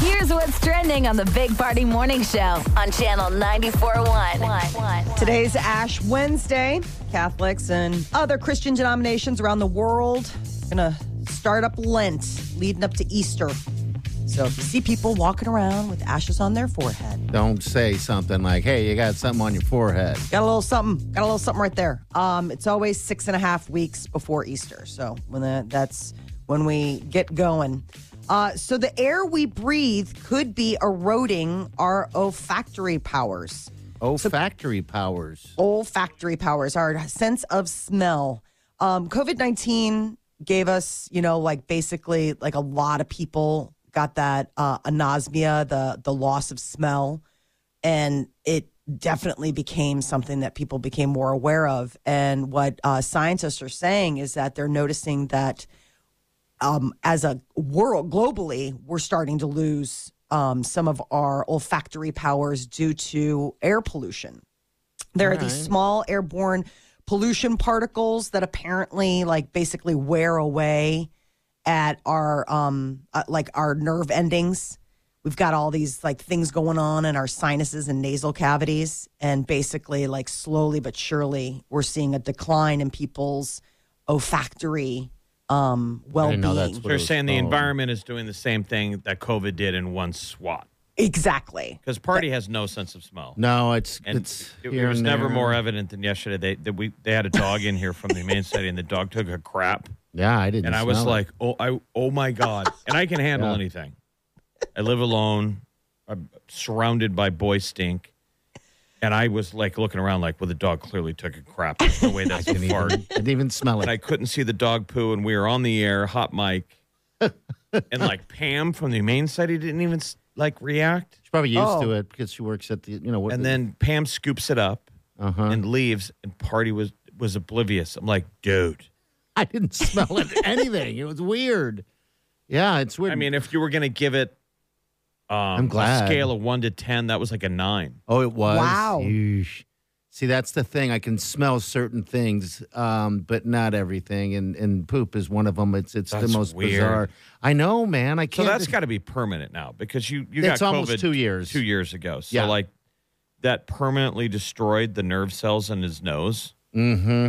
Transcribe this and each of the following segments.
Here's what's trending on the Big Party Morning Show on Channel 94.1. Today's Ash Wednesday. Catholics and other Christian denominations around the world gonna start up Lent leading up to Easter. So if you see people walking around with ashes on their forehead, Don't say something like, hey, you got something on your forehead. got a little something, got a little something right there. Um, it's always six and a half weeks before Easter. So when the, that's when we get going. Uh, so the air we breathe could be eroding our olfactory powers. Olfactory Oh, powers. olfactory powers, our sense of smell. Um, COVID 19 gave us, you know, like basically, like a lot of people got that uh, anosmia, the, the loss of smell. And it definitely became something that people became more aware of. And what uh, scientists are saying is that they're noticing that um, as a world globally, we're starting to lose um, some of our olfactory powers due to air pollution. There are these small airborne pollution particles that apparently, like, basically wear away at our um, uh, like our nerve endings. We've got all these like things going on in our sinuses and nasal cavities, and basically, like, slowly but surely, we're seeing a decline in people's olfactory um, I well-being. didn't know that's what it They're was saying the called. environment is doing the same thing that COVID did in one swat. Exactly. Because party has no sense of smell. No, it's And it's it, here it was and never there. more e- evident than yesterday. They that we they had a dog in here from the Humane Society, and the dog took a crap, Yeah, I didn't. and I was smell it. like, oh, I oh my god, and I can handle Yeah. anything. I live alone. I'm surrounded by boy stink, and I was like looking around, like, well, the dog clearly took a crap. There's no way that's a didn't even, fart. I didn't even smell it. and I couldn't see the dog poo, and we were on the air, hot mic, and like Pam from the Humane Society didn't even like react, She's probably used to Oh. it because she works at the you know. what- and then Pam scoops it up Uh-huh. and leaves, and Party was was oblivious. I'm like, dude. I didn't smell it anything. It was weird. Yeah, it's weird. I mean, if you were gonna give it, um, a scale of one to ten, that was like a nine. oh, it was. Wow. Yeesh. See, that's the thing. I can smell certain things, um, but not everything. And and poop is one of them. It's it's That's the most weird. bizarre. I know, man. I So can't. that's got to be permanent now because you you It's got almost COVID two years. two years ago. So Yeah. like that permanently destroyed the nerve cells in his nose. Mm-hmm.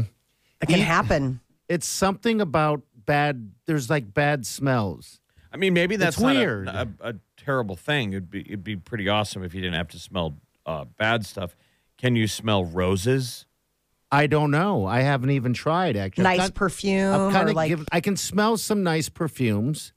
It can happen. It's something about bad. There's like bad smells. I mean, maybe that's It's not a- weird. A, a terrible thing. It'd be it'd be pretty awesome if you didn't have to smell uh, bad stuff. Can you smell roses? I don't know. I haven't even tried actually. nice perfume. i or like, I can smell some nice perfumes.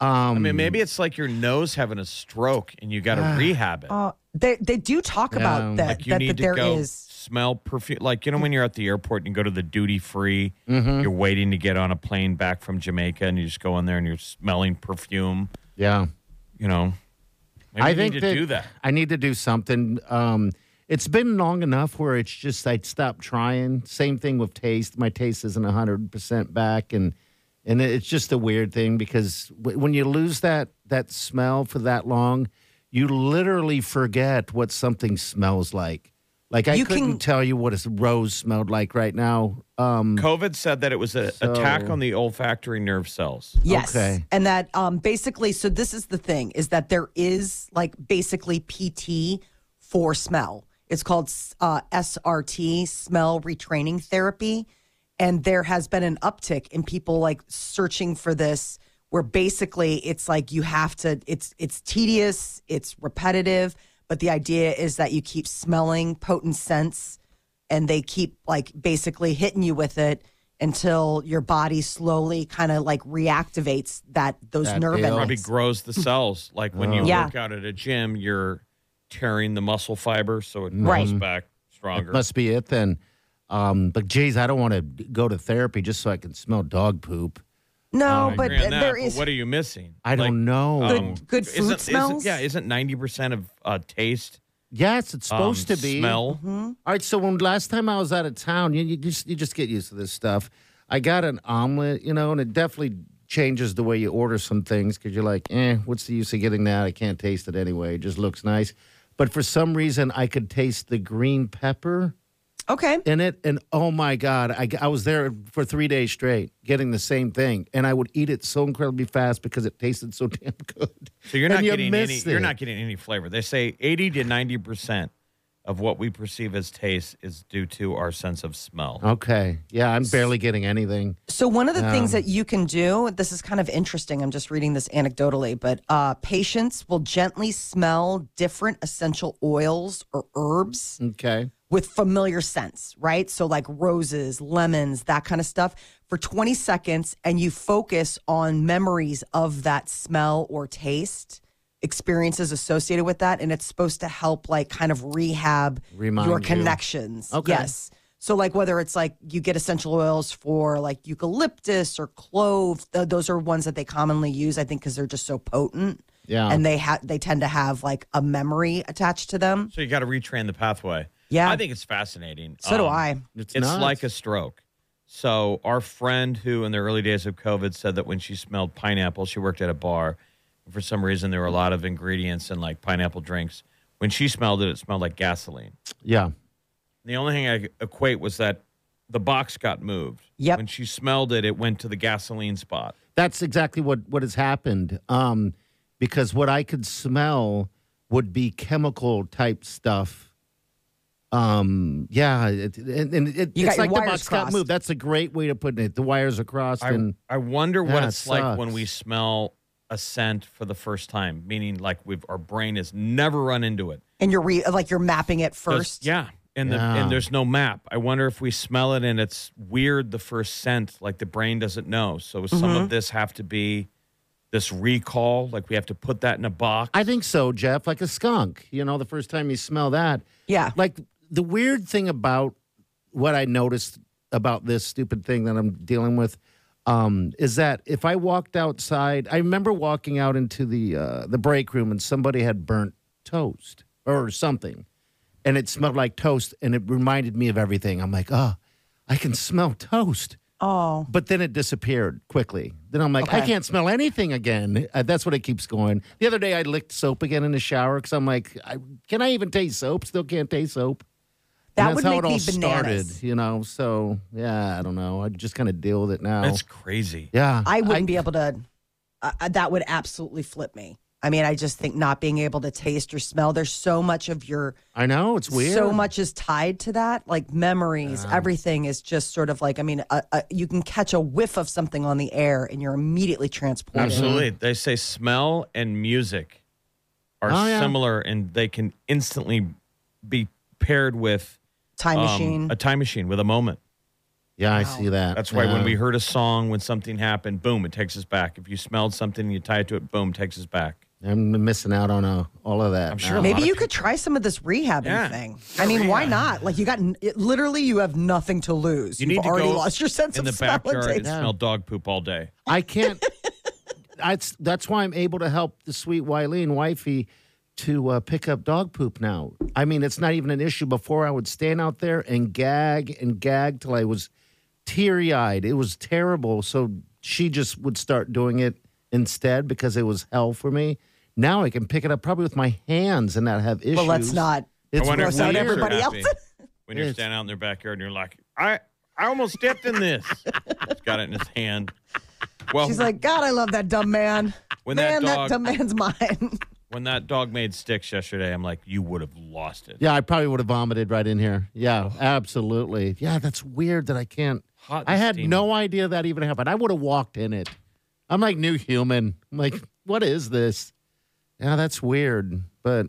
Um, I mean, maybe it's like your nose having a stroke and you got to Ah. rehab it. uh, they they do talk about Yeah. that. Like you that, need that to there go is- smell perfume. Like you know when you're at the airport and you go to the duty free, Mm-hmm. you're waiting to get on a plane back from Jamaica, and you just go in there and you're smelling perfume. yeah. You know, maybe I you think need to that do that. I need to do something. Um, it's been long enough where it's just I'd stop trying. Same thing with taste. My taste isn't hundred percent back, and and it's just a weird thing because w- when you lose that that smell for that long, you literally forget what something smells like. Like I You couldn't can- tell you what a rose smelled like right now. Um, COVID said that it was an attack So- on the olfactory nerve cells. Yes. Okay. And that um basically so this is the thing is that there is like basically PT for smell. It's called uh, SRT, smell retraining therapy, and there has been an uptick in people like searching for this where basically it's like you have to it's it's tedious, it's repetitive, but the idea is that you keep smelling potent scents and they keep like basically hitting you with it until your body slowly kind of like reactivates that those That nerve deal. probably endings. grows the cells. Like when you Oh. Yeah. work out at a gym, you're tearing the muscle fiber, so it Right. grows back stronger. Must be it then. Um, but geez, I don't want to go to therapy just so I can smell dog poop. No, Oh, I but agree on that, there but is. what are you missing? I don't know. Good- um, good isn't- food isn't- smells? yeah, isn't ninety percent of uh, taste Yes, it's supposed um, to be. smell? Mm-hmm. All right, so when last time I was out of town, you, you just you just get used to this stuff. I got an omelet, you know, and it definitely changes the way you order some things because you're like, eh, what's the use of getting that? I can't taste it anyway. It just looks nice. But for some reason, I could taste the green pepper okay. in it, and oh my god, I, I was there for three days straight getting the same thing, and I would eat it so incredibly fast because it tasted so damn good. So you're And not you getting any. missed You're it. not getting any flavor. They say 80 to 90 percent of what we perceive as taste is due to our sense of smell. Oh. Okay, yeah, I'm barely getting anything. So one of the things that you can do, this is kind of interesting. I'm just reading this anecdotally, but uh, patients will gently smell different essential oils or herbs Okay, with familiar scents, right? So like roses, lemons, that kind of stuff for 20 seconds and you focus on memories of that smell or taste, experiences associated with that and it's supposed to help like kind of rehab Remind your you. connections. Okay. Yes. So like whether it's like you get essential oils for like eucalyptus or clove, th- those are ones that they commonly use I think cuz they're just so potent. Yeah. And they ha- they tend to have like a memory attached to them. So you got to retrain the pathway. Yeah. I think it's fascinating. So do Um, I. it's, It's, nuts. like a stroke. So our friend who in the early days of COVID said that when she smelled pineapple, she worked at a bar. And for some reason there were a lot of ingredients in like pineapple drinks. When she smelled it, it smelled like gasoline. yeah. The only thing I equate was that the box got moved. Yep. When she smelled it, it went to the gasoline spot. That's exactly what what has happened. Um, because what I could smell would be chemical type stuff. Um, yeah, it, and, and it, You got your it's like the wires box got crossed. moved. That's a great way to put it. The wires are crossed, I, and I wonder what Yeah, it it's like when sucks. we smell a scent for the first time, meaning like we've our brain has never run into it. and you're re- like you're mapping it There's- first. yeah. And, The, Yeah. and there's no map. I wonder if we smell it and it's weird the first scent, like the brain doesn't know. So does some of this have to be this recall, like we have to put that in a box. I think so, Jeff. Like a skunk, you know, the first time you smell that. Yeah. Like the weird thing about what I noticed about this stupid thing that I'm dealing with um, is that if I walked outside, I remember walking out into the uh, the break room and somebody had burnt toast or something, and it smelled like toast, and it reminded me of everything. I'm like, oh, I can smell toast. Oh. But then it disappeared quickly. Then I'm like, I can't smell anything again. Uh, that's what it keeps going. The other day, I licked soap again in the shower because I'm like, I, can I even taste soap? Still can't taste soap. And That would that's make how it me all bananas. started, you know. So yeah, I don't know. I just kind of deal with it now. That's crazy. yeah, I wouldn't be able to. Uh, uh, that would absolutely flip me. I mean, I just think not being able to taste or smell. There's so much of your, I know it's weird. so much is tied to that. Like memories, everything is just sort of like. I mean, uh, uh, you can catch a whiff of something on the air and you're immediately transported. Absolutely. They say smell and music are Oh, yeah. similar and they can instantly be paired with Time um, machine. a time machine with a moment. Yeah, I see that. That's why when Yeah. we heard a song, when something happened, boom, it takes us back. If you smelled something and you tie it to it, boom, takes us back. I'm missing out on uh, all of that. I'm sure now. a lot Maybe of you could try some of this rehabbing Yeah. thing. I mean, why not? Like you got n- it, literally, you have nothing to lose. You have need to already go lost your sense in of the smell and backyard and taste. smell dog poop all day. I can't. that's that's why I'm able to help the sweet Wileen wifey to uh, pick up dog poop now. I mean, it's not even an issue. Before I would stand out there and gag and gag till I was teary eyed. It was terrible. So she just would start doing it instead because it was hell for me. Now I can pick it up probably with my hands and not have issues. Well, let's not. It's I wonder if gross out leaders are everybody happy else. When you're standing out in their backyard and you're like, I, I almost stepped in this. He's got it in his hand. Well, She's like, God, I love that dumb man. When man, that that dog- dumb man's mine. when that dog made sticks yesterday, I'm like, you would have lost it. Yeah, I probably would have vomited right in here. Yeah, absolutely. Yeah, that's weird that I can't. Hot and I had steamy. no idea that even happened. I would have walked in it. I'm like new human. I'm like, what is this? Yeah, that's weird. But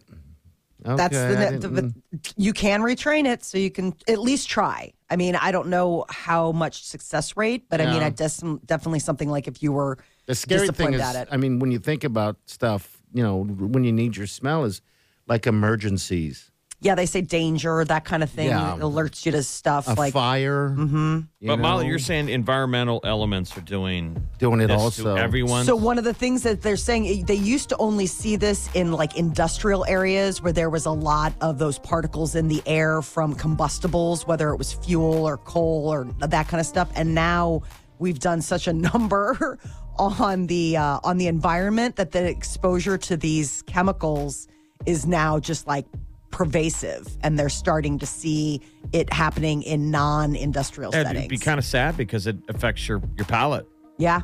okay, That's I the, the, didn't- mm. but you can retrain it, so you can at least try. I mean, I don't know how much success rate, but I mean, Yeah. I des- definitely something like if you were The scary thing disciplined is, at it. I mean, when you think about stuff, you know, when you need your smell is like emergencies. yeah, they say danger, that kind of thing. Yeah. It alerts you to stuff a like fire. Mm-hmm. but Molly, you're saying environmental elements are doing Doing it this also. to everyone. So one of the things that they're saying eh, they used to only see this in like industrial areas where there was a lot of those particles in the air from combustibles, whether it was fuel or coal or that kind of stuff. And now we've done such a number on the uh, on the environment that the exposure to these chemicals is now just like pervasive, and they're starting to see it happening in non-industrial Yeah, settings. it'd be kind of sad because it affects your your palate. Yeah.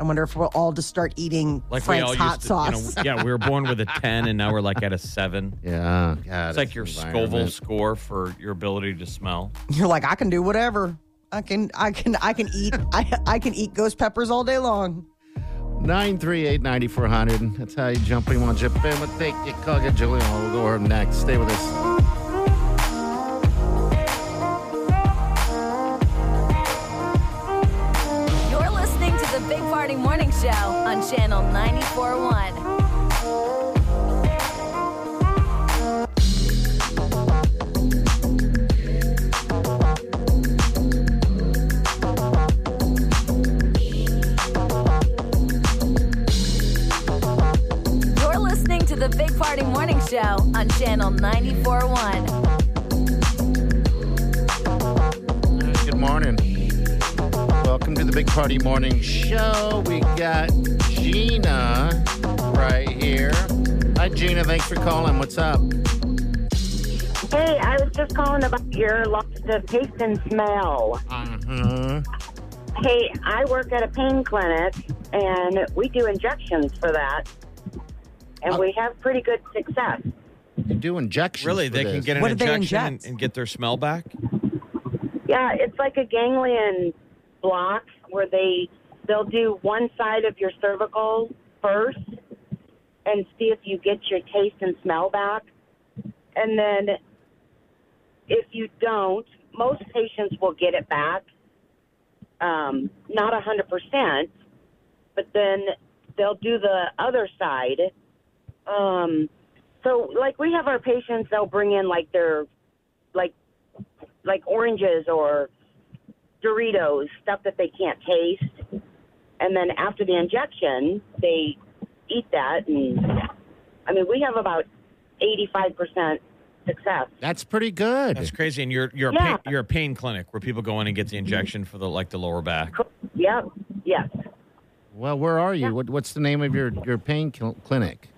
I wonder if we'll all just start eating Frank's hot you know, sauce. yeah, we were born with a ten, and now we're like at a seven. Yeah. God, It's like your Scoville environment. score for your ability to smell. You're like, I can do whatever. I can, I can, I can eat, I, I can eat ghost peppers all day long. 938 9400. That's how you jump in on Japan. But take your Kaga Julian. We'll go over next. Stay with us. You're listening to the Big Party Morning Show on Channel 94.1. You're listening to the Big Party Morning Show on Channel 94.1. Good morning. Welcome to the Big Party Morning Show. We got Gina right here. Hi, Gina. Thanks for calling. What's up? Hey, I was just calling about your loss of taste and smell. Uh-huh. Hey, I work at a pain clinic, and we do injections for that, and we have pretty good success. You do injections. Really, for they can this. get an What do they injection and, inject? and get their smell back. Yeah, it's like a ganglion block where they they'll do one side of your cervical first and see if you get your taste and smell back. And then if you don't, most patients will get it back. Um, not a hundred percent, but then they'll do the other side. Um, so like we have our patients, they'll bring in like their like like oranges or Doritos, stuff that they can't taste. And then after the injection, they eat that. And I mean, we have about 85% success. That's pretty good. That's crazy. And you're you're Yeah. a pain, you're a pain clinic where people go in and get the injection for the like the lower back. Yep. Yes. well, where are you? What, what's the name of your, your pain cl- clinic?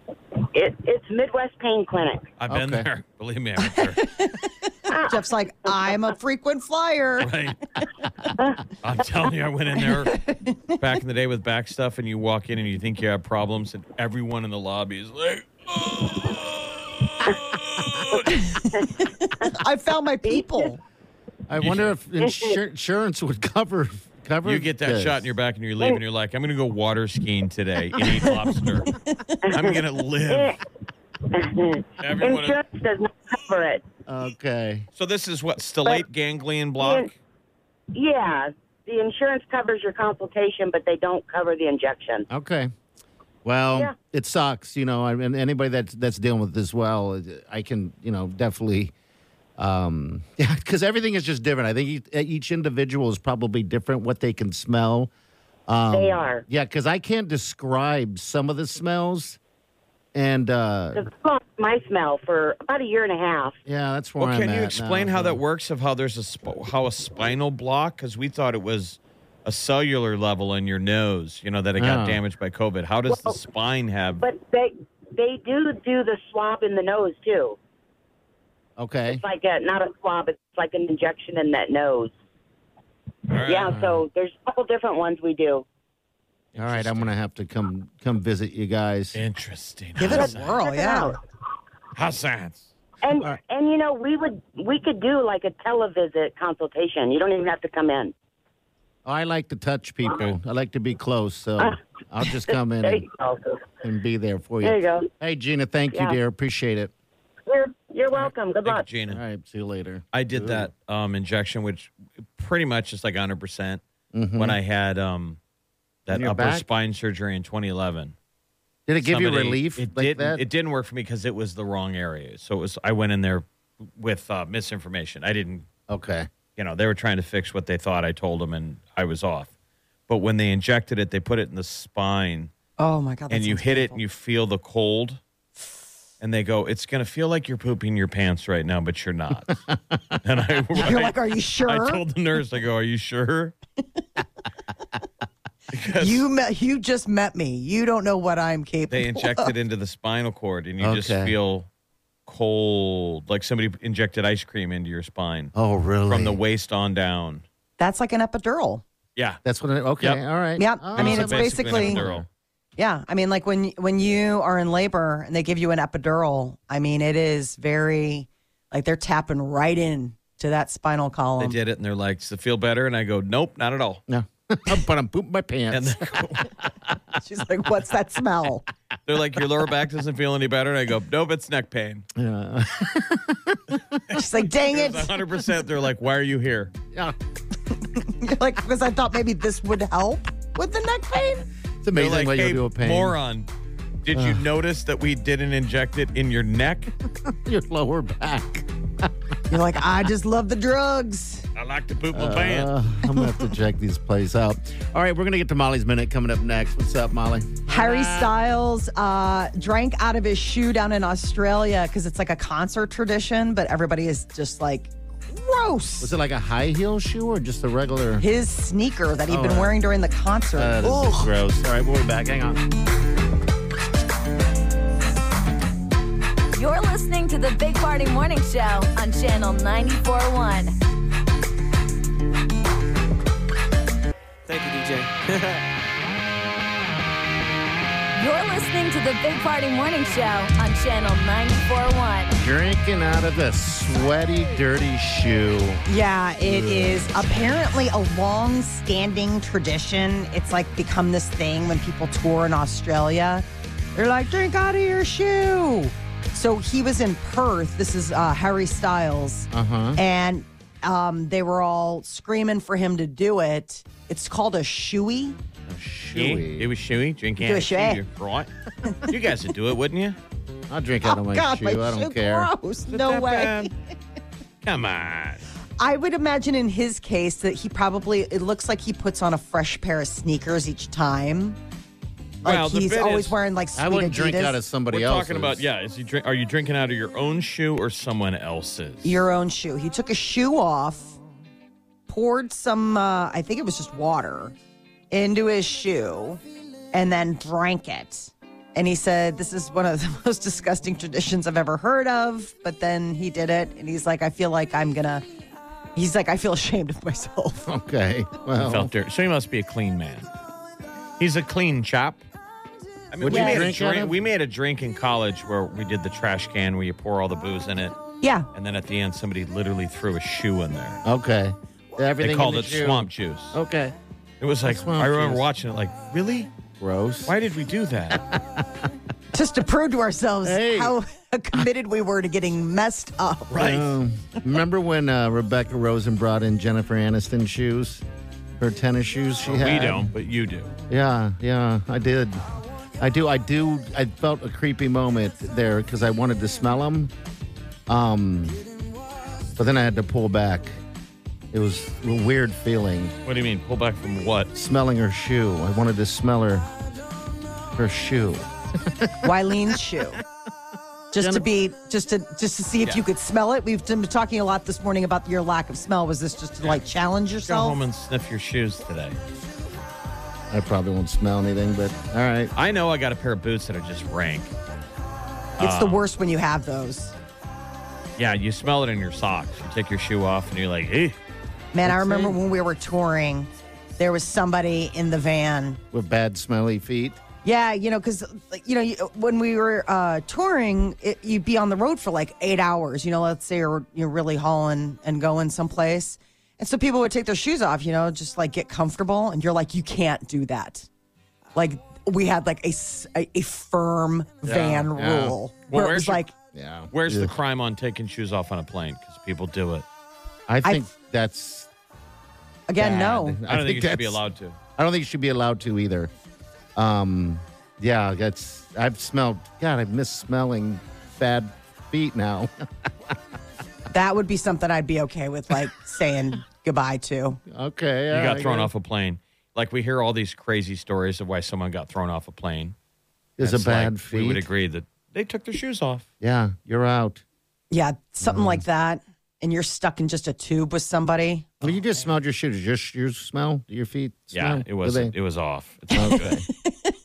It, it's Midwest Pain Clinic. I've been Okay. there. Believe me, I went there. Jeff's like, I'm a frequent flyer. Right. I'm telling you, I went in there back in the day with back stuff, and you walk in and you think you have problems, and everyone in the lobby is like, I found my people. I wonder if insur- insurance would cover cover. you get that this. shot in your back and you leave, and you're like, I'm going to go water skiing today and eat lobster. I'm going to live. Everyone. Insurance does not cover it. Okay. so this is what stellate ganglion block. Yeah. The insurance covers your consultation, but they don't cover the injection. Okay. Well, Yeah. it sucks, you know. I mean, anybody that's that's dealing with this, well, I can, you know, definitely, um, yeah, because everything is just different. I think each, each individual is probably different what they can smell. they are. Yeah, because I can't describe some of the smells, and uh, Because I lost my smell for about a year and a half. yeah, that's where Well, I'm can you at explain now. how that works? Of how there's a sp- how a spinal block? Because we thought it was a cellular level in your nose. You know that it got Oh. damaged by COVID. How does the spine have? But they they do do the swab in the nose too. Okay. It's like a not a swab, it's like an injection in that nose. Yeah, so there's a couple different ones we do. All right, I'm gonna have to come come visit you guys. Interesting. Give it a Hassan. whirl, yeah. How science? And All right. and you know, we would we could do like a televisit consultation. You don't even have to come in. I like to touch people. I like to be close, so I'll just come in There and, you go. and be there for you. There you go. Hey, Gina, thank Yeah. you, dear. Appreciate it. You're you're welcome. Good Thank you, luck. Gina. All right, see you later. I did that um, injection, which pretty much is like 100 percent when I had um, Mm-hmm. that In your upper back? spine surgery in 2011. Did it give you somebody- relief It like didn't. that? It didn't work for me because it was the wrong area. So it was. I went in there with uh, misinformation. I didn't. okay. You know, they were trying to fix what they thought I told them, and I was off. But when they injected it, they put it in the spine, Oh my god! that and you sounds hit it, painful. and you feel the cold. And they go, it's going to feel like you're pooping your pants right now, but you're not. and I, You're like, are you sure? I told the nurse, I go, are you sure? you met. You just met me. You don't know what I'm capable. they inject it into the spinal cord and you just Okay. feel cold like somebody injected ice cream into your spine Oh, really? from the waist on down That's like an epidural. yeah That's what. I, okay. Yep. All right. Yep. Oh, I mean, So it's basically- an epidural. Yeah, I mean, like when when you are in labor and they give you an epidural, I mean, it is very like they're tapping right in to that spinal they column. did it and they're like does it feel better and i go nope not at all no. but I'm pooping my pants. and they go- She's like, "What's that smell?" they're like your lower back doesn't feel any better and i go nope it's neck pain Yeah. She's like, "Dang It's it!" 100% they're like why are you here yeah. You're like, because I thought maybe this would help with the neck pain. It's they're amazing like what hey you do with pain. moron did you notice that we didn't inject it in your neck Your lower back. You're like, "I just love the drugs." i like to poop my pants Uh, I'm gonna have to check these plays out. All right, we're gonna get to Molly's minute coming up next. What's up, Molly? Harry Styles uh, drank out of his shoe down in Australia because it's like a concert tradition, but everybody is just like, "Gross." Was it like a high heel shoe or just a regular? his sneaker that he'd Oh, been yeah. wearing during the concert. That is Ugh. gross. All right, we'll be back. Hang on. You're listening to the Big Party Morning Show on Channel 941. Thank you, DJ. You're listening to the Big Party Morning Show on Channel 941. Drinking out of a sweaty, dirty shoe. Yeah, it is apparently a long standing tradition. It's like become this thing when people tour in Australia. They're like, drink out of your shoe. So he was in Perth. This is uh, Harry Styles. Uh-huh. And um, they were all screaming for him to do it. It's called a shoey. Shoey. It was shoey. Drink Do a out of shoey. shoe, Right. you guys would do it, wouldn't you? I'll drink Oh, out Oh, of my shoe. I don't care. Gross. Is it No that way. bad? Come on. I would imagine in his case that he probably it looks like he puts on a fresh pair of sneakers each time. Like Well, the he's bit always is- wearing like sweet I wouldn't drink Adidas, out of somebody We're else's. talking about yeah. Is you drink? Are you drinking out of your own shoe or someone else's? your own shoe. He took a shoe off, poured some uh, I think it was just water into his shoe, and then drank it. And he said, This is one of the most disgusting traditions I've ever heard of. But then he did it and he's like, I feel like I'm gonna he's like, I feel ashamed of myself. Okay. Well, Felt dirt. So he must be a clean man. He's a clean chap. I mean, Would we, you made drink a out drink, of- we made a drink in college where we did the trash can where you pour all the booze in it, Yeah. and then at the end somebody literally threw a shoe in there. okay. Everything They in called the it shoe. swamp juice. Okay. It was like Swamp I remember juice. watching it. Like really? Gross. Why did we do that? just to prove to ourselves Hey. how committed we were to getting messed up. Right. Um, remember when uh, Rebecca Rosen brought in Jennifer Aniston shoes, her tennis shoes she had? We don't, but you do. Yeah, yeah, I did. I do. I do. I felt a creepy moment there because I wanted to smell them, um, but then I had to pull back. It was a weird feeling What do you mean? Pull back from what? smelling her shoe. I wanted to smell her her shoe. Wylene's shoe. Just to Jennifer- be, just to, just to see if Yeah. you could smell it. We've been talking a lot this morning about your lack of smell. Was this just to like challenge Go yourself? home and sniff your shoes today. I probably won't smell anything, but all right. I know I got a pair of boots that are just rank. it's the worst when you have those. Yeah, you smell it in your socks. You take your shoe off and you're like, eh. Man, I That's remember it. when we were touring, there was somebody in the van With bad smelly feet. Yeah, you know, because you know you- when we were uh, touring, it, you'd be on the road for like eight hours. You know, let's say you're you're really hauling and going someplace, and so people would take their shoes off. You know, just like get comfortable, and you're like, you can't do that. Like we had like a s- a, a firm van yeah. rule Well, where it where's was your- like, Yeah. Where's the Ugh. crime on taking shoes off on a plane? Because people do it. I think that's. again, no. bad. I, don't think, you should be that's- allowed to. I don't think you should be allowed to either. Um, yeah, that's I've smelled. God, I miss smelling bad feet now. That would be something I'd be okay with, like saying goodbye to. okay, You got thrown off a plane. Like we hear all these crazy stories of why someone got thrown off a plane. Is a It's like bad feet. We would agree that they took their shoes off. Yeah, you're out. Yeah, something Mm. like that. And you're stuck in just a tube with somebody. Well, you just smelled your shoes. Does Your shoes smell? Do your feet? Yeah, smell? it Do was they- it was off. It's not good.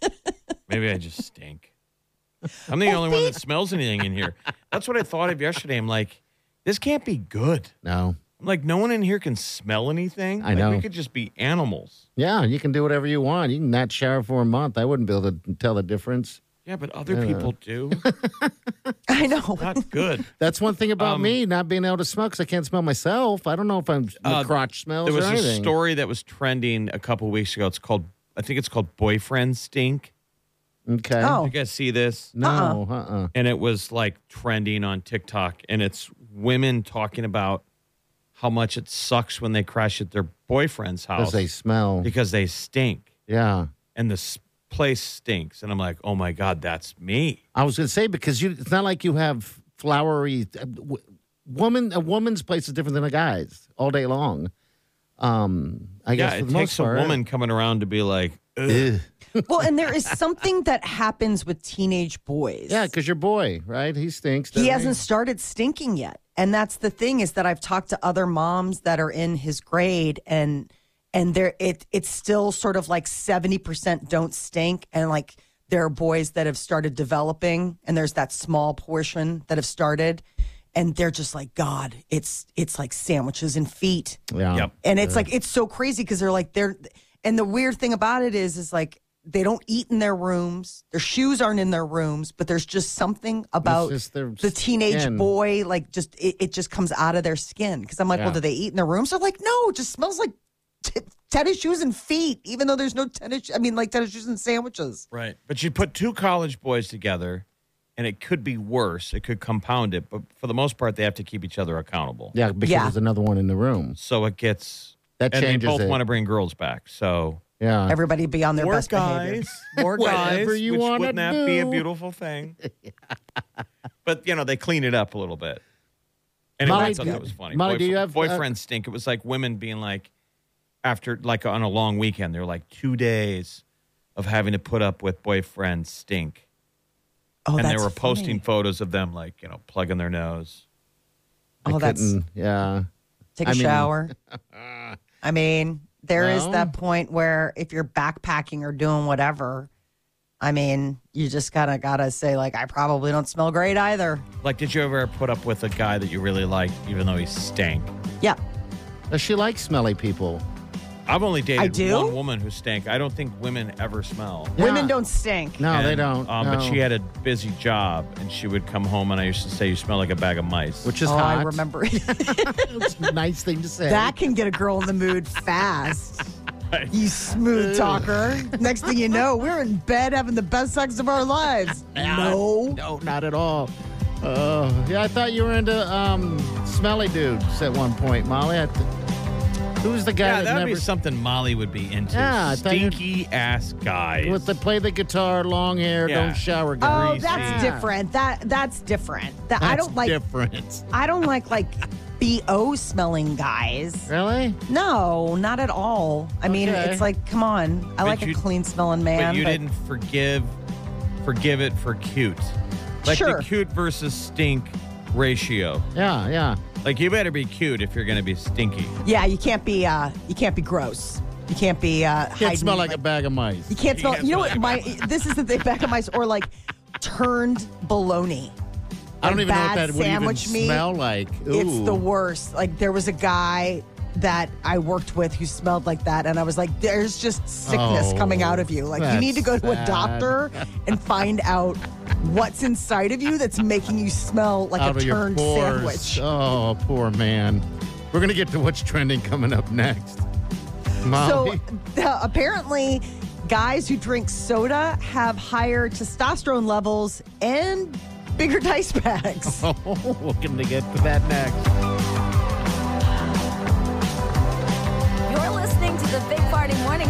Maybe I just stink. I'm the only one that smells anything in here. That's what I thought of yesterday. I'm like, this can't be good. No. I'm like, no one in here can smell anything. I Like, know. We could just be animals. Yeah, you can do whatever you want. You can not shower for a month. I wouldn't be able to tell the difference. Yeah, but other people do. I know. Not good. That's one thing about Um, me not being able to smell because I can't smell myself. I don't know if I'm my Uh, crotch smells There was or a anything. story that was trending a couple weeks ago. It's called, I think it's called Boyfriend Stink. Okay. Oh. You guys see this? No. Uh. uh and it was like trending on TikTok, and it's women talking about how much it sucks when they crash at their boyfriend's house Because they smell. because they stink, Yeah. and this place stinks. And I'm like, oh my god, that's me. I was going to say because you. It's not like you have flowery. uh, w- woman. A woman's place is different than a guy's all day long. Um. I guess for yeah, it the most takes a part. woman coming around to be like, "Ugh." Ugh. well, and there is something that happens with teenage boys. Yeah, because your boy, right? He stinks. he doesn't hasn't started stinking yet and that's the thing is that i've talked to other moms that are in his grade and and there it it's still sort of like 70% don't stink and like there are boys that have started developing and there's that small portion that have started and they're just like god it's it's like sandwiches and feet Yeah. Yep. and it's like it's so crazy because they're like they're and the weird thing about it is is like they don't eat in their rooms. Their shoes aren't in their rooms, but there's just something about just their the teenage skin. boy, like just it, it just comes out of their skin. Because I'm like, well, Yeah. do they eat in their rooms? They're like, no, it just smells like t- tennis shoes and feet. Even though there's no tennis, I mean, like tennis shoes and sandwiches. right. But you put two college boys together, and it could be worse. It could compound it. But for the most part, they have to keep each other accountable. Yeah, because Yeah. there's another one in the room. So it gets That and changes They both it. want to bring girls back. So Yeah. Everybody be on their more best behavior. guys, more guys. Whatever you which wanna wouldn't that be a do. beautiful thing? but you know, they clean it up a little bit. Anyway, Molly, I thought do- that was funny. Molly, do you Boyfri- have, uh, boyfriend stink? It was like women being like, after like on a long weekend, they're like two days of having to put up with boyfriend stink, Oh, and they that's were funny. posting photos of them like you know plugging their nose. Oh, that's Couldn't- yeah. take a I mean- shower. I mean, there is No. that point where if you're backpacking or doing whatever, I mean, you just kind of gotta say like, I probably don't smell great either. Like, did you ever put up with a guy that you really liked, even though he stank? Yeah, Does she like smelly people? I've only dated I do? one woman who stank. I don't think women ever smell. women Yeah. don't stink. No, they And, don't. Um, But no. she had a busy job, and she would come home, and I used to say, "You smell like a bag of mice." which is oh, hot. I remember It's a nice thing to say. that can get a girl in the mood fast. Right. You smooth talker. Next thing you know, we're in bed having the best sex of our lives. No. no, not at all. Oh, yeah. I thought you were into um, smelly dudes at one point, Molly. I th- who's the guy yeah, that that'd never be something Molly would be into. Yeah, I thought you- stinky ass guys. with the play the guitar, long hair, Yeah. don't shower guy? Oh, that's Yeah. different. That that's different. That I That's don't like. different. I don't like like bo smelling guys. Really? No, not at all. I mean, Okay. it's like, come on. I But like a you- clean smelling but man. you didn't forgive, forgive it for cute, like Sure. the cute versus stink ratio. Yeah, yeah. Like you better be cute if you're gonna be stinky. Yeah, you can't be. Uh, you can't be gross. You can't be. Uh, Can't hiding, smell like a bag of mice. You can't smell. can't You know what? smell My this is the thing, back of my or like turned bologna. I don't like even know what bad that would even sandwich meat. smell like. Ooh. It's the worst. Like there was a guy that I worked with who smelled like that, and I was like, "There's just sickness Oh, coming out of you. Like you that's need to go to a sad. doctor and find out what's inside of you that's making you smell like out a of your turned pores. sandwich." Oh, poor man. We're gonna get to what's trending coming up next. So Molly, uh, apparently, guys who drink soda have higher testosterone levels and bigger dice bags. we're gonna get to that next. You're listening to the Big Party Morning